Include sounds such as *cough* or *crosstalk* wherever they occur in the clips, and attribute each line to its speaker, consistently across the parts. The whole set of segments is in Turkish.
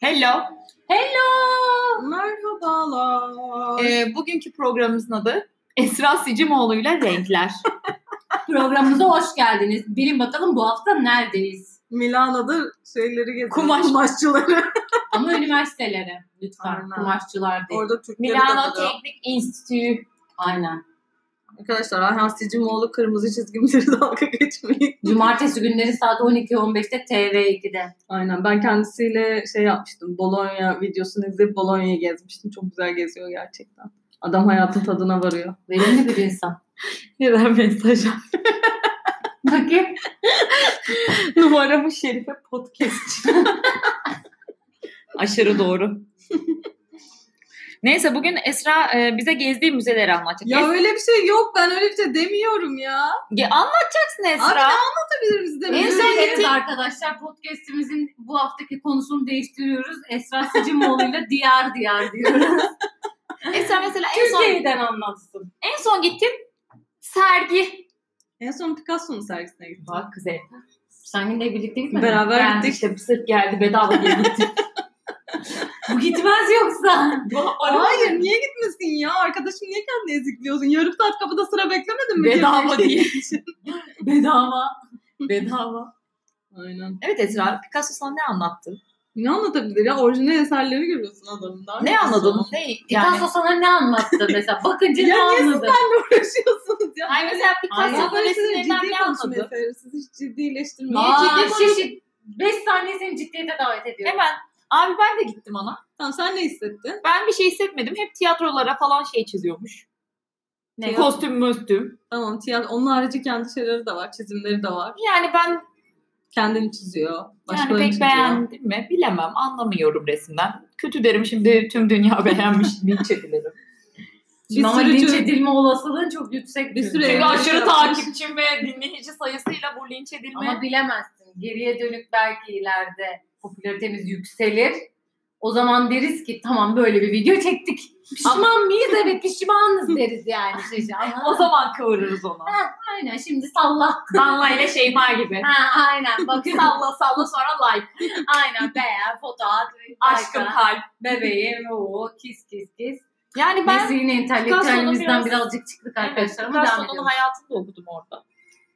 Speaker 1: Hello.
Speaker 2: Hello.
Speaker 3: Merhabalar.
Speaker 1: Ee, bugünkü programımızın adı Esra Sicimoğlu ile Renkler.
Speaker 2: Programımıza hoş geldiniz. Bilin bakalım bu hafta neredeyiz?
Speaker 3: Milano'da şeyleri getirdim.
Speaker 1: Kumaş.
Speaker 3: Kumaşçıları.
Speaker 2: Ama üniversitelere lütfen.
Speaker 3: Aynen.
Speaker 2: Kumaşçılar değil.
Speaker 3: *laughs* Orada Türkleri
Speaker 1: Milano
Speaker 3: takılıyor.
Speaker 1: Teknik Enstitüsü.
Speaker 2: Aynen.
Speaker 3: Arkadaşlar Ayhan Sicimoğlu kırmızı çizgimleri *laughs* dalga geçmeyin.
Speaker 2: Cumartesi günleri saat 12.15'te TV2'de.
Speaker 3: Aynen ben kendisiyle şey yapmıştım. Bologna videosunu izleyip Bologna'yı gezmiştim. Çok güzel geziyor gerçekten. Adam hayatın tadına varıyor.
Speaker 2: Verimli bir insan.
Speaker 1: Neden mesaj
Speaker 2: Bakayım.
Speaker 1: *laughs* Numaramı Şerife Podcast. Aşırı doğru. Neyse bugün Esra e, bize gezdiği müzeleri anlatacak.
Speaker 3: Ya
Speaker 1: Es-
Speaker 3: öyle bir şey yok. Ben öyle bir şey demiyorum ya.
Speaker 1: Ge- anlatacaksın
Speaker 3: Abi ne
Speaker 1: Esra.
Speaker 3: anlatabilir bize?
Speaker 2: En
Speaker 3: Müze-
Speaker 2: son
Speaker 1: gittik.
Speaker 2: evet arkadaşlar podcastimizin bu haftaki konusunu değiştiriyoruz. Esra Sicimoğlu'yla *laughs* diyar diyar diyoruz.
Speaker 1: Esra mesela en son,
Speaker 2: Türkiye'den anlatsın.
Speaker 1: en son gittim sergi.
Speaker 3: En son Picasso'nun sergisine gittim.
Speaker 2: Bak kız Esra. Sen yine birlikte gitmedin. mi?
Speaker 3: Beraber
Speaker 1: Ben
Speaker 3: gittik.
Speaker 1: işte sırf geldi bedava diye gittim.
Speaker 2: *laughs* Bu gitmez yoksa.
Speaker 3: Hayır niye gitmesin ya? Arkadaşım niye kendini ezikliyorsun? Yarım saat kapıda sıra beklemedin mi?
Speaker 1: bedava
Speaker 3: Gezmek
Speaker 1: diye.
Speaker 3: için.
Speaker 2: Bedava. Bedava.
Speaker 3: Aynen.
Speaker 1: Evet Esra Picasso sana ne anlattı?
Speaker 3: Ne anlatabilir ya? Orijinal eserlerini görüyorsun adamın. Daha
Speaker 1: Ne anladın? Ne?
Speaker 2: Picasso
Speaker 1: Yani.
Speaker 2: sana E, ne anlattı mesela? Bakınca ne
Speaker 3: Ya niye
Speaker 2: anladın?
Speaker 3: *laughs* uğraşıyorsunuz ya?
Speaker 1: Ay mesela
Speaker 2: Aynen.
Speaker 1: Picasso'nun resimlerinden ne anladın?
Speaker 3: Siz hiç ciddileştirmeyin.
Speaker 1: Niye
Speaker 2: Aa,
Speaker 1: ciddi
Speaker 2: şişi-
Speaker 1: konuşuyorsun?
Speaker 2: Beş saniye seni ciddiyete davet ediyorum.
Speaker 1: Hemen abi ben de gittim ona.
Speaker 3: Tamam sen ne hissettin?
Speaker 1: Ben bir şey hissetmedim. Hep tiyatrolara falan şey çiziyormuş.
Speaker 2: Ne?
Speaker 1: Kostüm möstüm.
Speaker 3: Tamam tiyatro. Onun harici kendi şeyleri de var. Çizimleri de var.
Speaker 1: Yani ben
Speaker 3: Kendini çiziyor.
Speaker 1: yani
Speaker 3: Başkalarını
Speaker 1: pek
Speaker 3: çiziyor.
Speaker 1: beğendim mi bilemem. Anlamıyorum resimden. Kötü derim şimdi tüm dünya *laughs* beğenmiş linç edilirim.
Speaker 3: Bir
Speaker 2: Ama
Speaker 3: sürü,
Speaker 2: linç
Speaker 3: çocuk-
Speaker 2: edilme olasılığın çok yüksek.
Speaker 3: Bir
Speaker 2: çünkü.
Speaker 3: sürü
Speaker 1: Çünkü
Speaker 3: Evet.
Speaker 1: aşırı takipçim ve dinleyici sayısıyla bu linç edilme.
Speaker 2: Ama bilemezsin. Geriye dönük belki ileride popülaritemiz yükselir. O zaman deriz ki tamam böyle bir video çektik. Pişman mıyız? Evet pişmanız deriz yani. şey Şişi.
Speaker 1: *laughs* o zaman kıvırırız onu.
Speaker 2: Aynen şimdi salla.
Speaker 1: *laughs* Danla ile Şeyma gibi.
Speaker 2: Ha, aynen bak
Speaker 1: *laughs* salla salla sonra like.
Speaker 2: aynen beğen fotoğraf.
Speaker 1: Aşkım kalp.
Speaker 2: Bebeğim o kis kis kis.
Speaker 1: Yani ben
Speaker 2: Ben, Biz yine entelektüelimizden
Speaker 1: Picasso'nun biraz-
Speaker 2: birazcık çıktık
Speaker 1: evet,
Speaker 2: arkadaşlar ama devam
Speaker 1: Picasso'nun
Speaker 2: edelim.
Speaker 1: hayatını da okudum orada.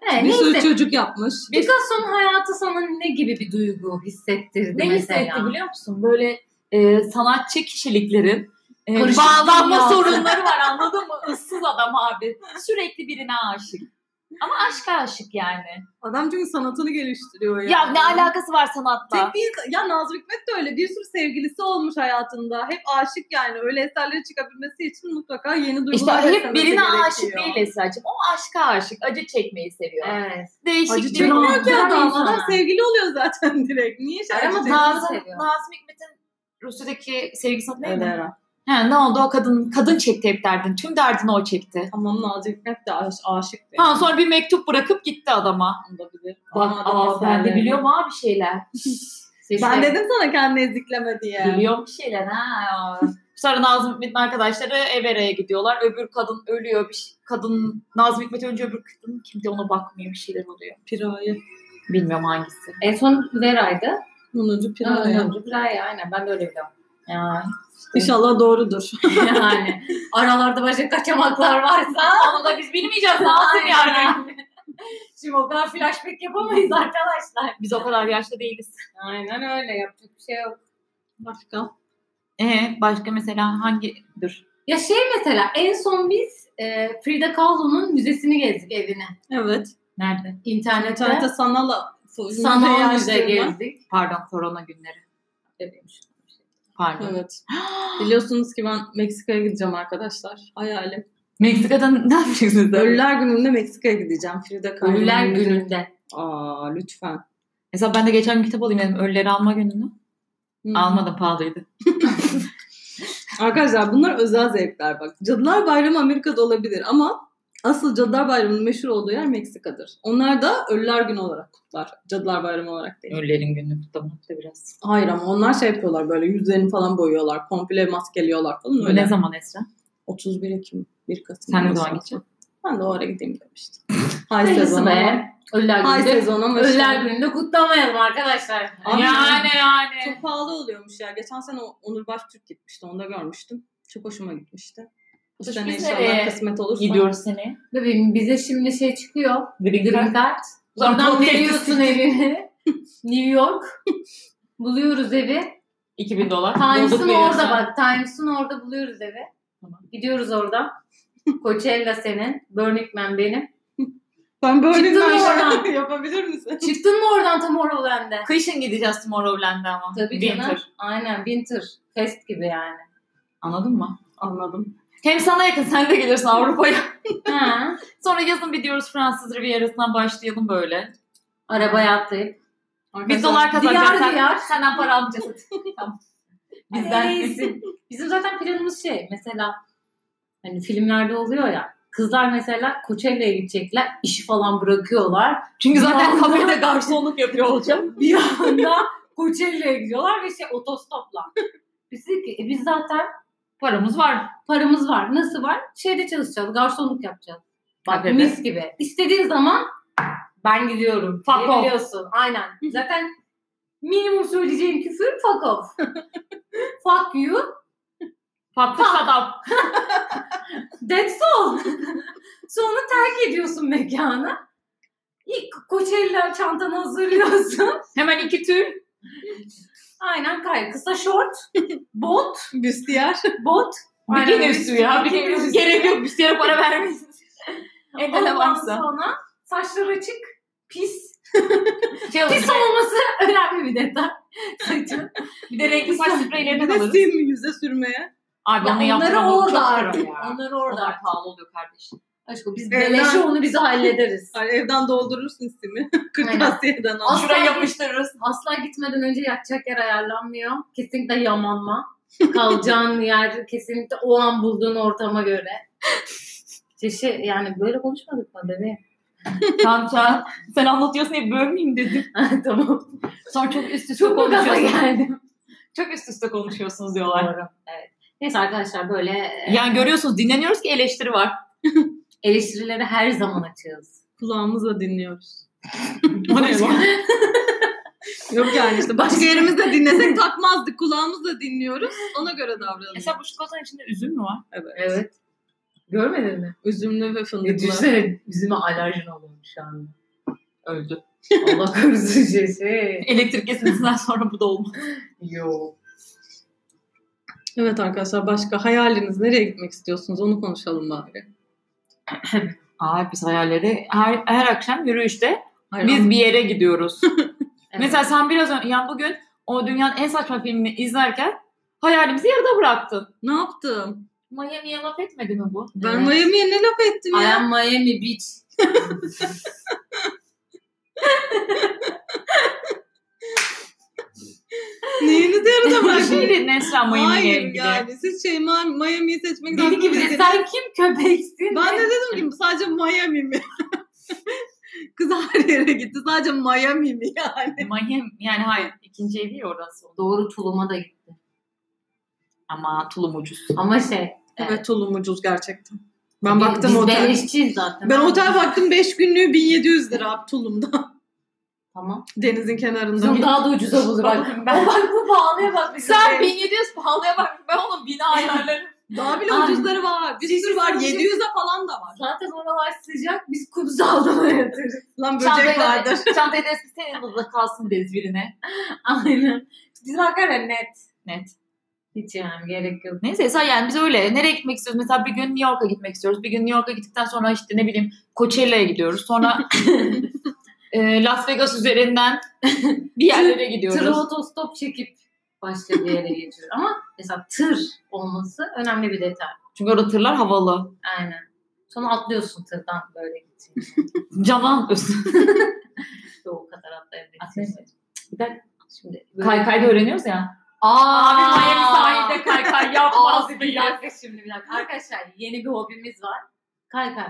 Speaker 2: He,
Speaker 3: Bir sürü
Speaker 2: neyse.
Speaker 3: çocuk yapmış.
Speaker 2: Picasso'nun hayatı sana ne gibi bir duygu hissettirdi
Speaker 1: Ne
Speaker 2: mesela?
Speaker 1: hissetti biliyor musun? Böyle e, sanatçı kişiliklerin e,
Speaker 2: Karışık
Speaker 1: bağlanma
Speaker 2: dünyası.
Speaker 1: sorunları var anladın mı? Issız adam abi. Sürekli birine aşık. Ama aşka aşık yani.
Speaker 3: Adam çünkü sanatını geliştiriyor ya.
Speaker 1: Ya ne alakası var sanatla?
Speaker 3: Tek bir insan- ya Nazım Hikmet de öyle bir sürü sevgilisi olmuş hayatında. Hep aşık yani. Öyle eserleri çıkabilmesi için mutlaka yeni duygular
Speaker 1: İşte hep
Speaker 3: beslemesi
Speaker 1: birine
Speaker 3: gerekiyor.
Speaker 1: aşık değil Esra'cığım. O aşka aşık. Acı çekmeyi seviyor.
Speaker 2: Evet.
Speaker 1: Değişik
Speaker 3: Acı
Speaker 1: bir-
Speaker 3: çekmiyor ki
Speaker 2: Biraz
Speaker 3: adam.
Speaker 2: insana.
Speaker 3: Adam sevgili oluyor zaten *laughs* direkt. Niye şey
Speaker 2: Ay ama
Speaker 3: acı çekiyor?
Speaker 2: daha-
Speaker 1: Nazım,
Speaker 2: seviyor.
Speaker 1: Nazım Hikmet'in Rusya'daki sevgisi adı
Speaker 3: Öyle
Speaker 1: neydi?
Speaker 3: ara.
Speaker 1: He, ne oldu o kadın? Kadın çekti hep derdini. Tüm derdini o çekti.
Speaker 3: Tamam Nazım Hikmet de aş- aşık.
Speaker 1: Ha, sonra bir mektup bırakıp gitti adama.
Speaker 3: Olabilir.
Speaker 1: Bak
Speaker 3: Ama adam
Speaker 1: aa, ben de
Speaker 3: eserleri-
Speaker 1: biliyorum abi şeyler.
Speaker 2: Şişe.
Speaker 3: Ben dedim sana kendini ezikleme diye.
Speaker 1: Biliyorum bir şeyler ha. Sonra Nazım Hikmet'in arkadaşları Evere'ye gidiyorlar. Öbür kadın ölüyor. Bir şey- kadın Nazım Hikmet önce öbür kadın kimde ona bakmıyor bir şeyler oluyor.
Speaker 3: Pirayı.
Speaker 1: Bilmiyorum hangisi.
Speaker 2: En son Vera'ydı.
Speaker 3: Onuncu
Speaker 2: Ha,
Speaker 3: pirayı.
Speaker 2: önce Vera'yı aynen ben de öyle biliyorum.
Speaker 1: Ya.
Speaker 3: İnşallah doğrudur.
Speaker 2: *laughs*
Speaker 3: *laughs*
Speaker 2: yani aralarda başka kaçamaklar varsa *laughs*
Speaker 1: Onu da biz bilmeyeceğiz
Speaker 2: lazım
Speaker 1: Nazım yani.
Speaker 2: yani. Şimdi o kadar flashback yapamayız arkadaşlar.
Speaker 1: Biz o kadar yaşlı değiliz.
Speaker 2: Aynen öyle yapacak bir şey yok.
Speaker 3: Başka.
Speaker 1: Ee, başka mesela hangi dur.
Speaker 2: Ya şey mesela en son biz e, Frida Kahlo'nun müzesini gezdik evine.
Speaker 3: Evet.
Speaker 1: Nerede?
Speaker 2: İnternette.
Speaker 3: Tarihte sanal
Speaker 2: *laughs* Sanal müze
Speaker 3: açtırma.
Speaker 2: gezdik.
Speaker 1: Pardon korona günleri. Pardon.
Speaker 3: Evet. Biliyorsunuz ki ben Meksika'ya gideceğim arkadaşlar. Hayalim.
Speaker 1: Meksika'dan ne yapacaksınız?
Speaker 3: Ölüler gününde Meksika'ya gideceğim. Frida Kahlo.
Speaker 2: Ölüler gününde.
Speaker 3: Aa lütfen.
Speaker 1: Mesela ben de geçen gün kitap alayım dedim. Ölüleri alma gününü.
Speaker 3: Hı.
Speaker 1: Almadım pahalıydı.
Speaker 3: Arkadaşlar bunlar özel zevkler bak. Cadılar Bayramı Amerika'da olabilir ama asıl Cadılar Bayramı'nın meşhur olduğu yer Meksika'dır. Onlar da Ölüler Günü olarak kutlar. Cadılar Bayramı olarak değil.
Speaker 1: Ölülerin gününü kutlamak da biraz.
Speaker 3: Hayır ama onlar şey yapıyorlar böyle yüzlerini falan boyuyorlar. Komple maskeliyorlar falan öyle.
Speaker 1: Ne zaman Esra?
Speaker 3: 31 Ekim, 1 Kasım.
Speaker 1: Sen ne
Speaker 3: arası.
Speaker 1: zaman gideceksin?
Speaker 3: Ben de o ara
Speaker 2: *laughs*
Speaker 3: gideyim demiştim. Hay
Speaker 2: Hayırlısı
Speaker 3: sezonu.
Speaker 2: be. Ölüler
Speaker 3: Hay
Speaker 2: gününde.
Speaker 3: sezonu. ama
Speaker 2: Ölüler
Speaker 3: işte-
Speaker 2: gününde kutlamayalım arkadaşlar.
Speaker 3: Abi,
Speaker 1: yani.
Speaker 3: Çok çok pahalı oluyormuş ya. Geçen sene O- Onur Baştürk gitmişti. Onu da görmüştüm. Çok hoşuma gitmişti. Bu
Speaker 1: Dış
Speaker 3: sene
Speaker 1: biz
Speaker 3: inşallah
Speaker 1: nereye
Speaker 2: e,
Speaker 3: kısmet olursa.
Speaker 1: Gidiyoruz seni.
Speaker 2: Bebeğim bize şimdi şey çıkıyor. Green Card.
Speaker 1: Ulan
Speaker 2: Oradan
Speaker 1: podcast.
Speaker 2: veriyorsun evini. *laughs*
Speaker 1: *laughs*
Speaker 2: New York. Buluyoruz evi.
Speaker 1: 2000 dolar.
Speaker 2: Times'ın
Speaker 1: Bozuk
Speaker 2: orada
Speaker 1: veriyorsun.
Speaker 2: bak. Times'ın orada buluyoruz evi.
Speaker 1: Tamam.
Speaker 2: Gidiyoruz oradan. Coachella senin. Burning Man benim.
Speaker 3: Ben böyle
Speaker 2: Çıktın
Speaker 3: bir
Speaker 2: mı *laughs*
Speaker 3: şey
Speaker 2: oradan?
Speaker 3: yapabilir misin?
Speaker 2: Çıktın mı oradan tam Horrorland'e?
Speaker 1: Kışın gideceğiz Tomorrowland'e ama.
Speaker 2: Tabii
Speaker 1: Winter.
Speaker 2: canım. Aynen Winter. Fest gibi yani.
Speaker 1: Anladın mı?
Speaker 3: Anladım.
Speaker 1: Hem sana yakın sen de gelirsin Avrupa'ya.
Speaker 2: ha.
Speaker 1: Sonra yazın bir diyoruz Fransız Riviera'sından başlayalım böyle.
Speaker 2: Arabaya atlayıp.
Speaker 1: Biz dolar kazanacağız.
Speaker 2: Diyar
Speaker 1: Sen-
Speaker 2: diyar.
Speaker 1: Senden para almayacağız.
Speaker 2: Bizden bizim, bizim zaten planımız şey mesela hani filmlerde oluyor ya kızlar mesela Coachella'ya gidecekler işi falan bırakıyorlar.
Speaker 1: Çünkü zaten
Speaker 2: Vallahi.
Speaker 1: kafede garsonluk yapıyor olacağım.
Speaker 2: Bir anda Coachella'ya gidiyorlar ve şey otostopla. Biz dedik ki e, biz zaten
Speaker 1: Paramız var.
Speaker 2: paramız var. Nasıl var? Şeyde çalışacağız. Garsonluk yapacağız. Bak
Speaker 1: Kafede.
Speaker 2: mis gibi. İstediğin zaman ben gidiyorum.
Speaker 1: Fuck off.
Speaker 2: Biliyorsun. Aynen. Zaten minimum söyleyeceğim küfür
Speaker 1: *laughs*
Speaker 2: fuck off. fuck you.
Speaker 1: Patlı adam.
Speaker 2: That's all. *laughs* Sonra terk ediyorsun mekanı. İlk Coachella çantanı hazırlıyorsun. *laughs*
Speaker 1: Hemen iki tür.
Speaker 2: Aynen kay. Kısa şort, bot,
Speaker 3: Büstiyer.
Speaker 2: bot.
Speaker 1: Bir
Speaker 2: Aynen.
Speaker 1: kere üstü ya. Bir kere üstü. Gerek yok. Bir kere para vermeyiz. Evde ne
Speaker 2: Ondan
Speaker 1: varsa.
Speaker 2: sonra saçlar açık, pis.
Speaker 1: Şey olur,
Speaker 2: Pis olması *laughs* önemli bir
Speaker 1: *laughs*
Speaker 2: detay. Saçın.
Speaker 1: bir de renkli saç spreylerini
Speaker 3: Bir
Speaker 1: de
Speaker 3: de
Speaker 1: alırız.
Speaker 3: sim yüze sürmeye.
Speaker 1: Abi onu
Speaker 2: Ya onları
Speaker 1: yaptıramam, çok
Speaker 2: orada
Speaker 1: para
Speaker 2: artık.
Speaker 1: ya.
Speaker 2: Onları
Speaker 1: Orada
Speaker 2: orada artık.
Speaker 1: artık pahalı oluyor kardeşim.
Speaker 2: Aşkım biz
Speaker 3: Evet,
Speaker 2: beleşe
Speaker 3: ben-
Speaker 2: onu biz hallederiz.
Speaker 3: Hani evden doldurursun *laughs* simi.
Speaker 2: Aynen.
Speaker 3: Kırtasiyeden al.
Speaker 2: Aslında-
Speaker 1: Şuraya yapıştırırız.
Speaker 2: Asla gitmeden önce yatacak yer ayarlanmıyor. Kesinlikle yamanma. *laughs* Kalacağın yer kesinlikle o an bulduğun ortama göre. Çeşi yani böyle konuşmadık mı bebeğim? *laughs*
Speaker 1: Tamam sen, sen anlatıyorsun diye bölmeyeyim dedim.
Speaker 2: tamam.
Speaker 1: Sonra çok üst üste
Speaker 2: Çok mu gaza
Speaker 1: konuşuyorsun.
Speaker 2: geldim?
Speaker 1: Çok üst üste konuşuyorsunuz diyorlar.
Speaker 2: Doğru. Evet. Neyse arkadaşlar böyle e,
Speaker 1: Yani görüyorsunuz dinleniyoruz ki eleştiri *laughs* var.
Speaker 2: eleştirileri her zaman açığız.
Speaker 3: Kulağımızla dinliyoruz.
Speaker 1: Bu ne bu?
Speaker 3: Yok yani işte başka yerimizde dinlesek takmazdık. Kulağımızla dinliyoruz. Ona göre davranıyoruz.
Speaker 1: Mesela bu çikolatanın içinde üzüm mü var?
Speaker 3: Evet.
Speaker 2: Evet. Görmedin mi?
Speaker 3: Üzümlü ve
Speaker 2: E,
Speaker 3: fındıklı.
Speaker 2: düşünsene yüzüme alerjin olmuş şu anda.
Speaker 1: Öldü.
Speaker 2: Allah korusun şey, Çeşi.
Speaker 1: Elektrik kesintisinden sonra bu da olmaz.
Speaker 2: Yo.
Speaker 3: Evet arkadaşlar başka hayaliniz nereye gitmek istiyorsunuz onu konuşalım bari.
Speaker 1: Aa biz hayalleri her, her akşam yürüyüşte
Speaker 3: Hayır,
Speaker 1: biz bir yere *laughs* gidiyoruz.
Speaker 2: Evet.
Speaker 1: Mesela sen biraz önce yani bugün o dünyanın en saçma filmini izlerken hayalimizi yarıda bıraktın.
Speaker 3: ne yaptım?
Speaker 1: Miami'ye laf etmedi mi bu?
Speaker 3: Ben
Speaker 2: Evet.
Speaker 3: Miami'ye ne laf ettim
Speaker 2: I
Speaker 3: ya?
Speaker 2: am Miami Beach.
Speaker 3: Neyinizi yarıda
Speaker 1: Bir
Speaker 3: bıraktım?
Speaker 1: şey dedin Esra *laughs* Miami'ye
Speaker 3: Hayır
Speaker 1: ilgili. *laughs*
Speaker 3: yani siz şey Ma- Miami'yi seçmek
Speaker 2: Dedi ki bize sen kim köpeksin?
Speaker 3: Ben de dedim ki sadece Miami mi? *laughs* Kız her yere gitti. Sadece Miami mi yani?
Speaker 1: Miami yani hayır ikinci evi ya orası.
Speaker 2: Doğru tuluma da gitti.
Speaker 1: Ama tulum ucuz.
Speaker 2: Ama şey.
Speaker 3: Evet tulum ucuz gerçekten. Ben
Speaker 2: bi-
Speaker 3: baktım
Speaker 2: biz
Speaker 3: otel.
Speaker 2: beleşçiyiz zaten.
Speaker 3: Ben otel baktım 5 günlüğü 1700 lira abi tulumda. *laughs*
Speaker 2: Tamam.
Speaker 3: Denizin kenarında.
Speaker 2: Bizim daha da ucuza bulur bak.
Speaker 1: Bakın
Speaker 2: O bak bu pahalıya bak. bizim
Speaker 1: Sen
Speaker 2: şey.
Speaker 1: 1700 pahalıya bak ben onun bina *laughs* ayarlarım.
Speaker 3: Daha bile
Speaker 2: Ay.
Speaker 3: ucuzları var. Bir sürü var. 700'e falan da var.
Speaker 2: Zaten oralar sıcak. Biz kumsalda
Speaker 3: *laughs*
Speaker 2: yatırız.
Speaker 3: Lan
Speaker 1: Çantayı
Speaker 3: böcek
Speaker 1: da-
Speaker 3: vardır.
Speaker 1: Çantayı da eski senin burada kalsın deriz birine.
Speaker 2: Aynen. Biz hakikaten net.
Speaker 1: Net.
Speaker 2: Hiç yani gerek yok.
Speaker 1: Neyse Esra yani biz öyle nereye gitmek istiyoruz? Mesela bir gün New York'a gitmek istiyoruz. Bir gün New York'a gittikten sonra işte ne bileyim Coachella'ya gidiyoruz. *laughs* Sonra e, Las Vegas üzerinden *laughs* bir yerlere
Speaker 2: Tır
Speaker 1: gidiyoruz.
Speaker 2: otostop çekip başka bir yere geçiyor. Ama mesela tır olması önemli bir detay.
Speaker 1: Çünkü orada tırlar havalı.
Speaker 2: Aynen. Sonra atlıyorsun tırdan böyle gideceğin.
Speaker 1: Camdan atlıyorsun.
Speaker 2: o kadar atlayabilirsin.
Speaker 1: Atlayamıyorum. Bir dakika.
Speaker 2: Şimdi
Speaker 1: *laughs* Kaykayda öğreniyoruz ya.
Speaker 2: Aa,
Speaker 1: Abi Miami sahilde kaykay yapmaz
Speaker 2: Abi bir
Speaker 1: diye.
Speaker 2: dakika şimdi bir dakika. Arkadaşlar yeni bir hobimiz var. Kaykay.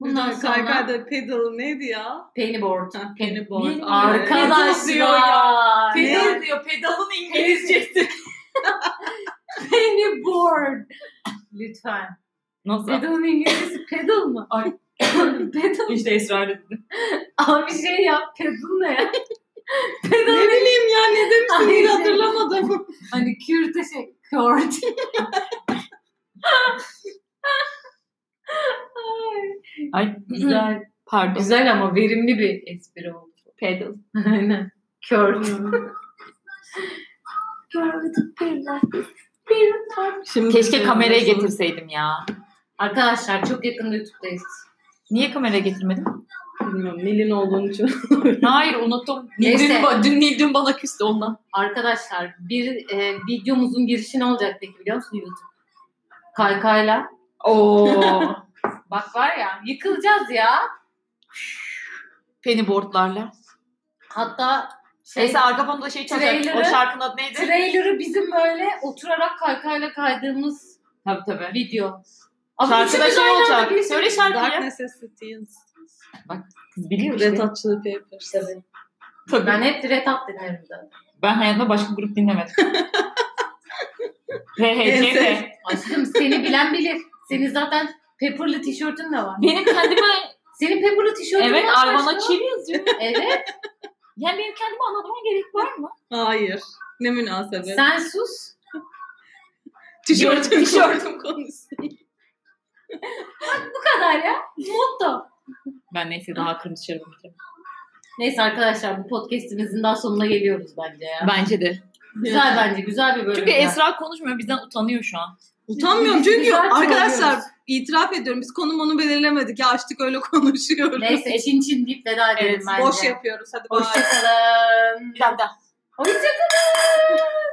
Speaker 2: Bundan
Speaker 3: Bundan *laughs*
Speaker 2: sonra
Speaker 3: kaykayda pedal neydi ya?
Speaker 2: pennyboard.
Speaker 3: Ha,
Speaker 1: Pennyboard.
Speaker 3: Bilmiyorum.
Speaker 1: Arkadaş-
Speaker 2: Arkadaşlar.
Speaker 1: diyor ya.
Speaker 2: Pedal-
Speaker 1: Pedal diyor. Pedalın
Speaker 2: *laughs*
Speaker 1: İngilizcesi.
Speaker 2: Pennyboard. Lütfen.
Speaker 1: Nasıl?
Speaker 2: Pedal'ın İngilizcesi pedal mı? *coughs*
Speaker 1: Ay.
Speaker 2: pedal.
Speaker 1: İşte ısrar etti.
Speaker 2: Abi şey yap pedal ne ya?
Speaker 3: Ne bileyim ya ne demiştim
Speaker 2: Ay,
Speaker 3: Hayır,
Speaker 2: şey. Hani Kurt.
Speaker 1: Ay güzel. Pardon.
Speaker 2: Güzel ama verimli bir espri oldu.
Speaker 1: Pedal.
Speaker 2: Aynen. Kurt.
Speaker 3: Şimdi
Speaker 1: Keşke kameraya getirseydim ya.
Speaker 2: Arkadaşlar çok yakında YouTube'dayız.
Speaker 1: Niye kameraya getirmedim?
Speaker 3: Bilmiyorum Nil'in olduğun için.
Speaker 1: Hayır unuttum. Nil
Speaker 2: Neyse.
Speaker 1: dün, ba- dün, Nil dün bana küstü ondan.
Speaker 2: Arkadaşlar bir e, videomuzun girişi ne olacak peki biliyor musun YouTube? Kaykayla.
Speaker 1: Oo. *laughs*
Speaker 2: Bak var ya yıkılacağız ya.
Speaker 1: Penny boardlarla.
Speaker 2: Hatta şey,
Speaker 1: Neyse arka fonda şey çalacak. O
Speaker 2: Trailer'ı-
Speaker 1: şarkının adı neydi?
Speaker 2: trailer'ı bizim böyle oturarak kaykayla kaydığımız
Speaker 1: tabii tabii.
Speaker 2: video.
Speaker 1: Şarkıda
Speaker 2: üçümüz
Speaker 1: şey
Speaker 2: aynı anda
Speaker 1: olacak.
Speaker 2: bir-
Speaker 1: Söyle şarkıyı.
Speaker 3: Dark Necessities.
Speaker 1: Kız biliyor
Speaker 3: Red Hot Chili Peppers.
Speaker 1: Tabii.
Speaker 2: Ben
Speaker 1: Ben,
Speaker 2: hep Red Up dinlerim de.
Speaker 1: hayatımda başka grup *laughs* dinlemedim.
Speaker 3: Neyse.
Speaker 1: RHP.
Speaker 2: Aşkım seni bilen bilir. Senin zaten pepperlı tişörtün de var.
Speaker 1: Benim kendime
Speaker 2: Senin pepperlı tişörtün
Speaker 1: evet
Speaker 2: var.
Speaker 1: Armana
Speaker 2: aşkım.
Speaker 1: Çil yazıyor.
Speaker 2: Evet.
Speaker 1: Yani benim kendime anlatmama gerek var mı?
Speaker 3: Hayır. Ne münasebet.
Speaker 2: Sen sus.
Speaker 3: *laughs* Tişörtüm,
Speaker 1: Benim
Speaker 3: tişörtüm konusu.
Speaker 2: Bu kadar ya. Motto.
Speaker 1: Ben neyse daha kırmızı şarabı bitireyim.
Speaker 2: Neyse arkadaşlar bu podcastimizin daha sonuna geliyoruz bence ya.
Speaker 1: Bence de.
Speaker 2: Güzel bence. Güzel bir bölüm.
Speaker 1: Çünkü
Speaker 2: ya.
Speaker 1: Esra konuşmuyor bizden utanıyor şu an.
Speaker 3: Utanmıyorum
Speaker 2: Biz- biz
Speaker 3: çünkü
Speaker 2: güzel
Speaker 3: arkadaşlar
Speaker 2: kovalıyoruz.
Speaker 3: itiraf ediyorum biz konum onu belirlemedik ya açtık öyle konuşuyoruz.
Speaker 2: Neyse çin çin deyip veda edelim
Speaker 1: Evet,
Speaker 2: bence.
Speaker 3: Boş yapıyoruz hadi bay.
Speaker 2: Hoşçakalın.
Speaker 1: Bir dakika.
Speaker 2: Hoşçakalın.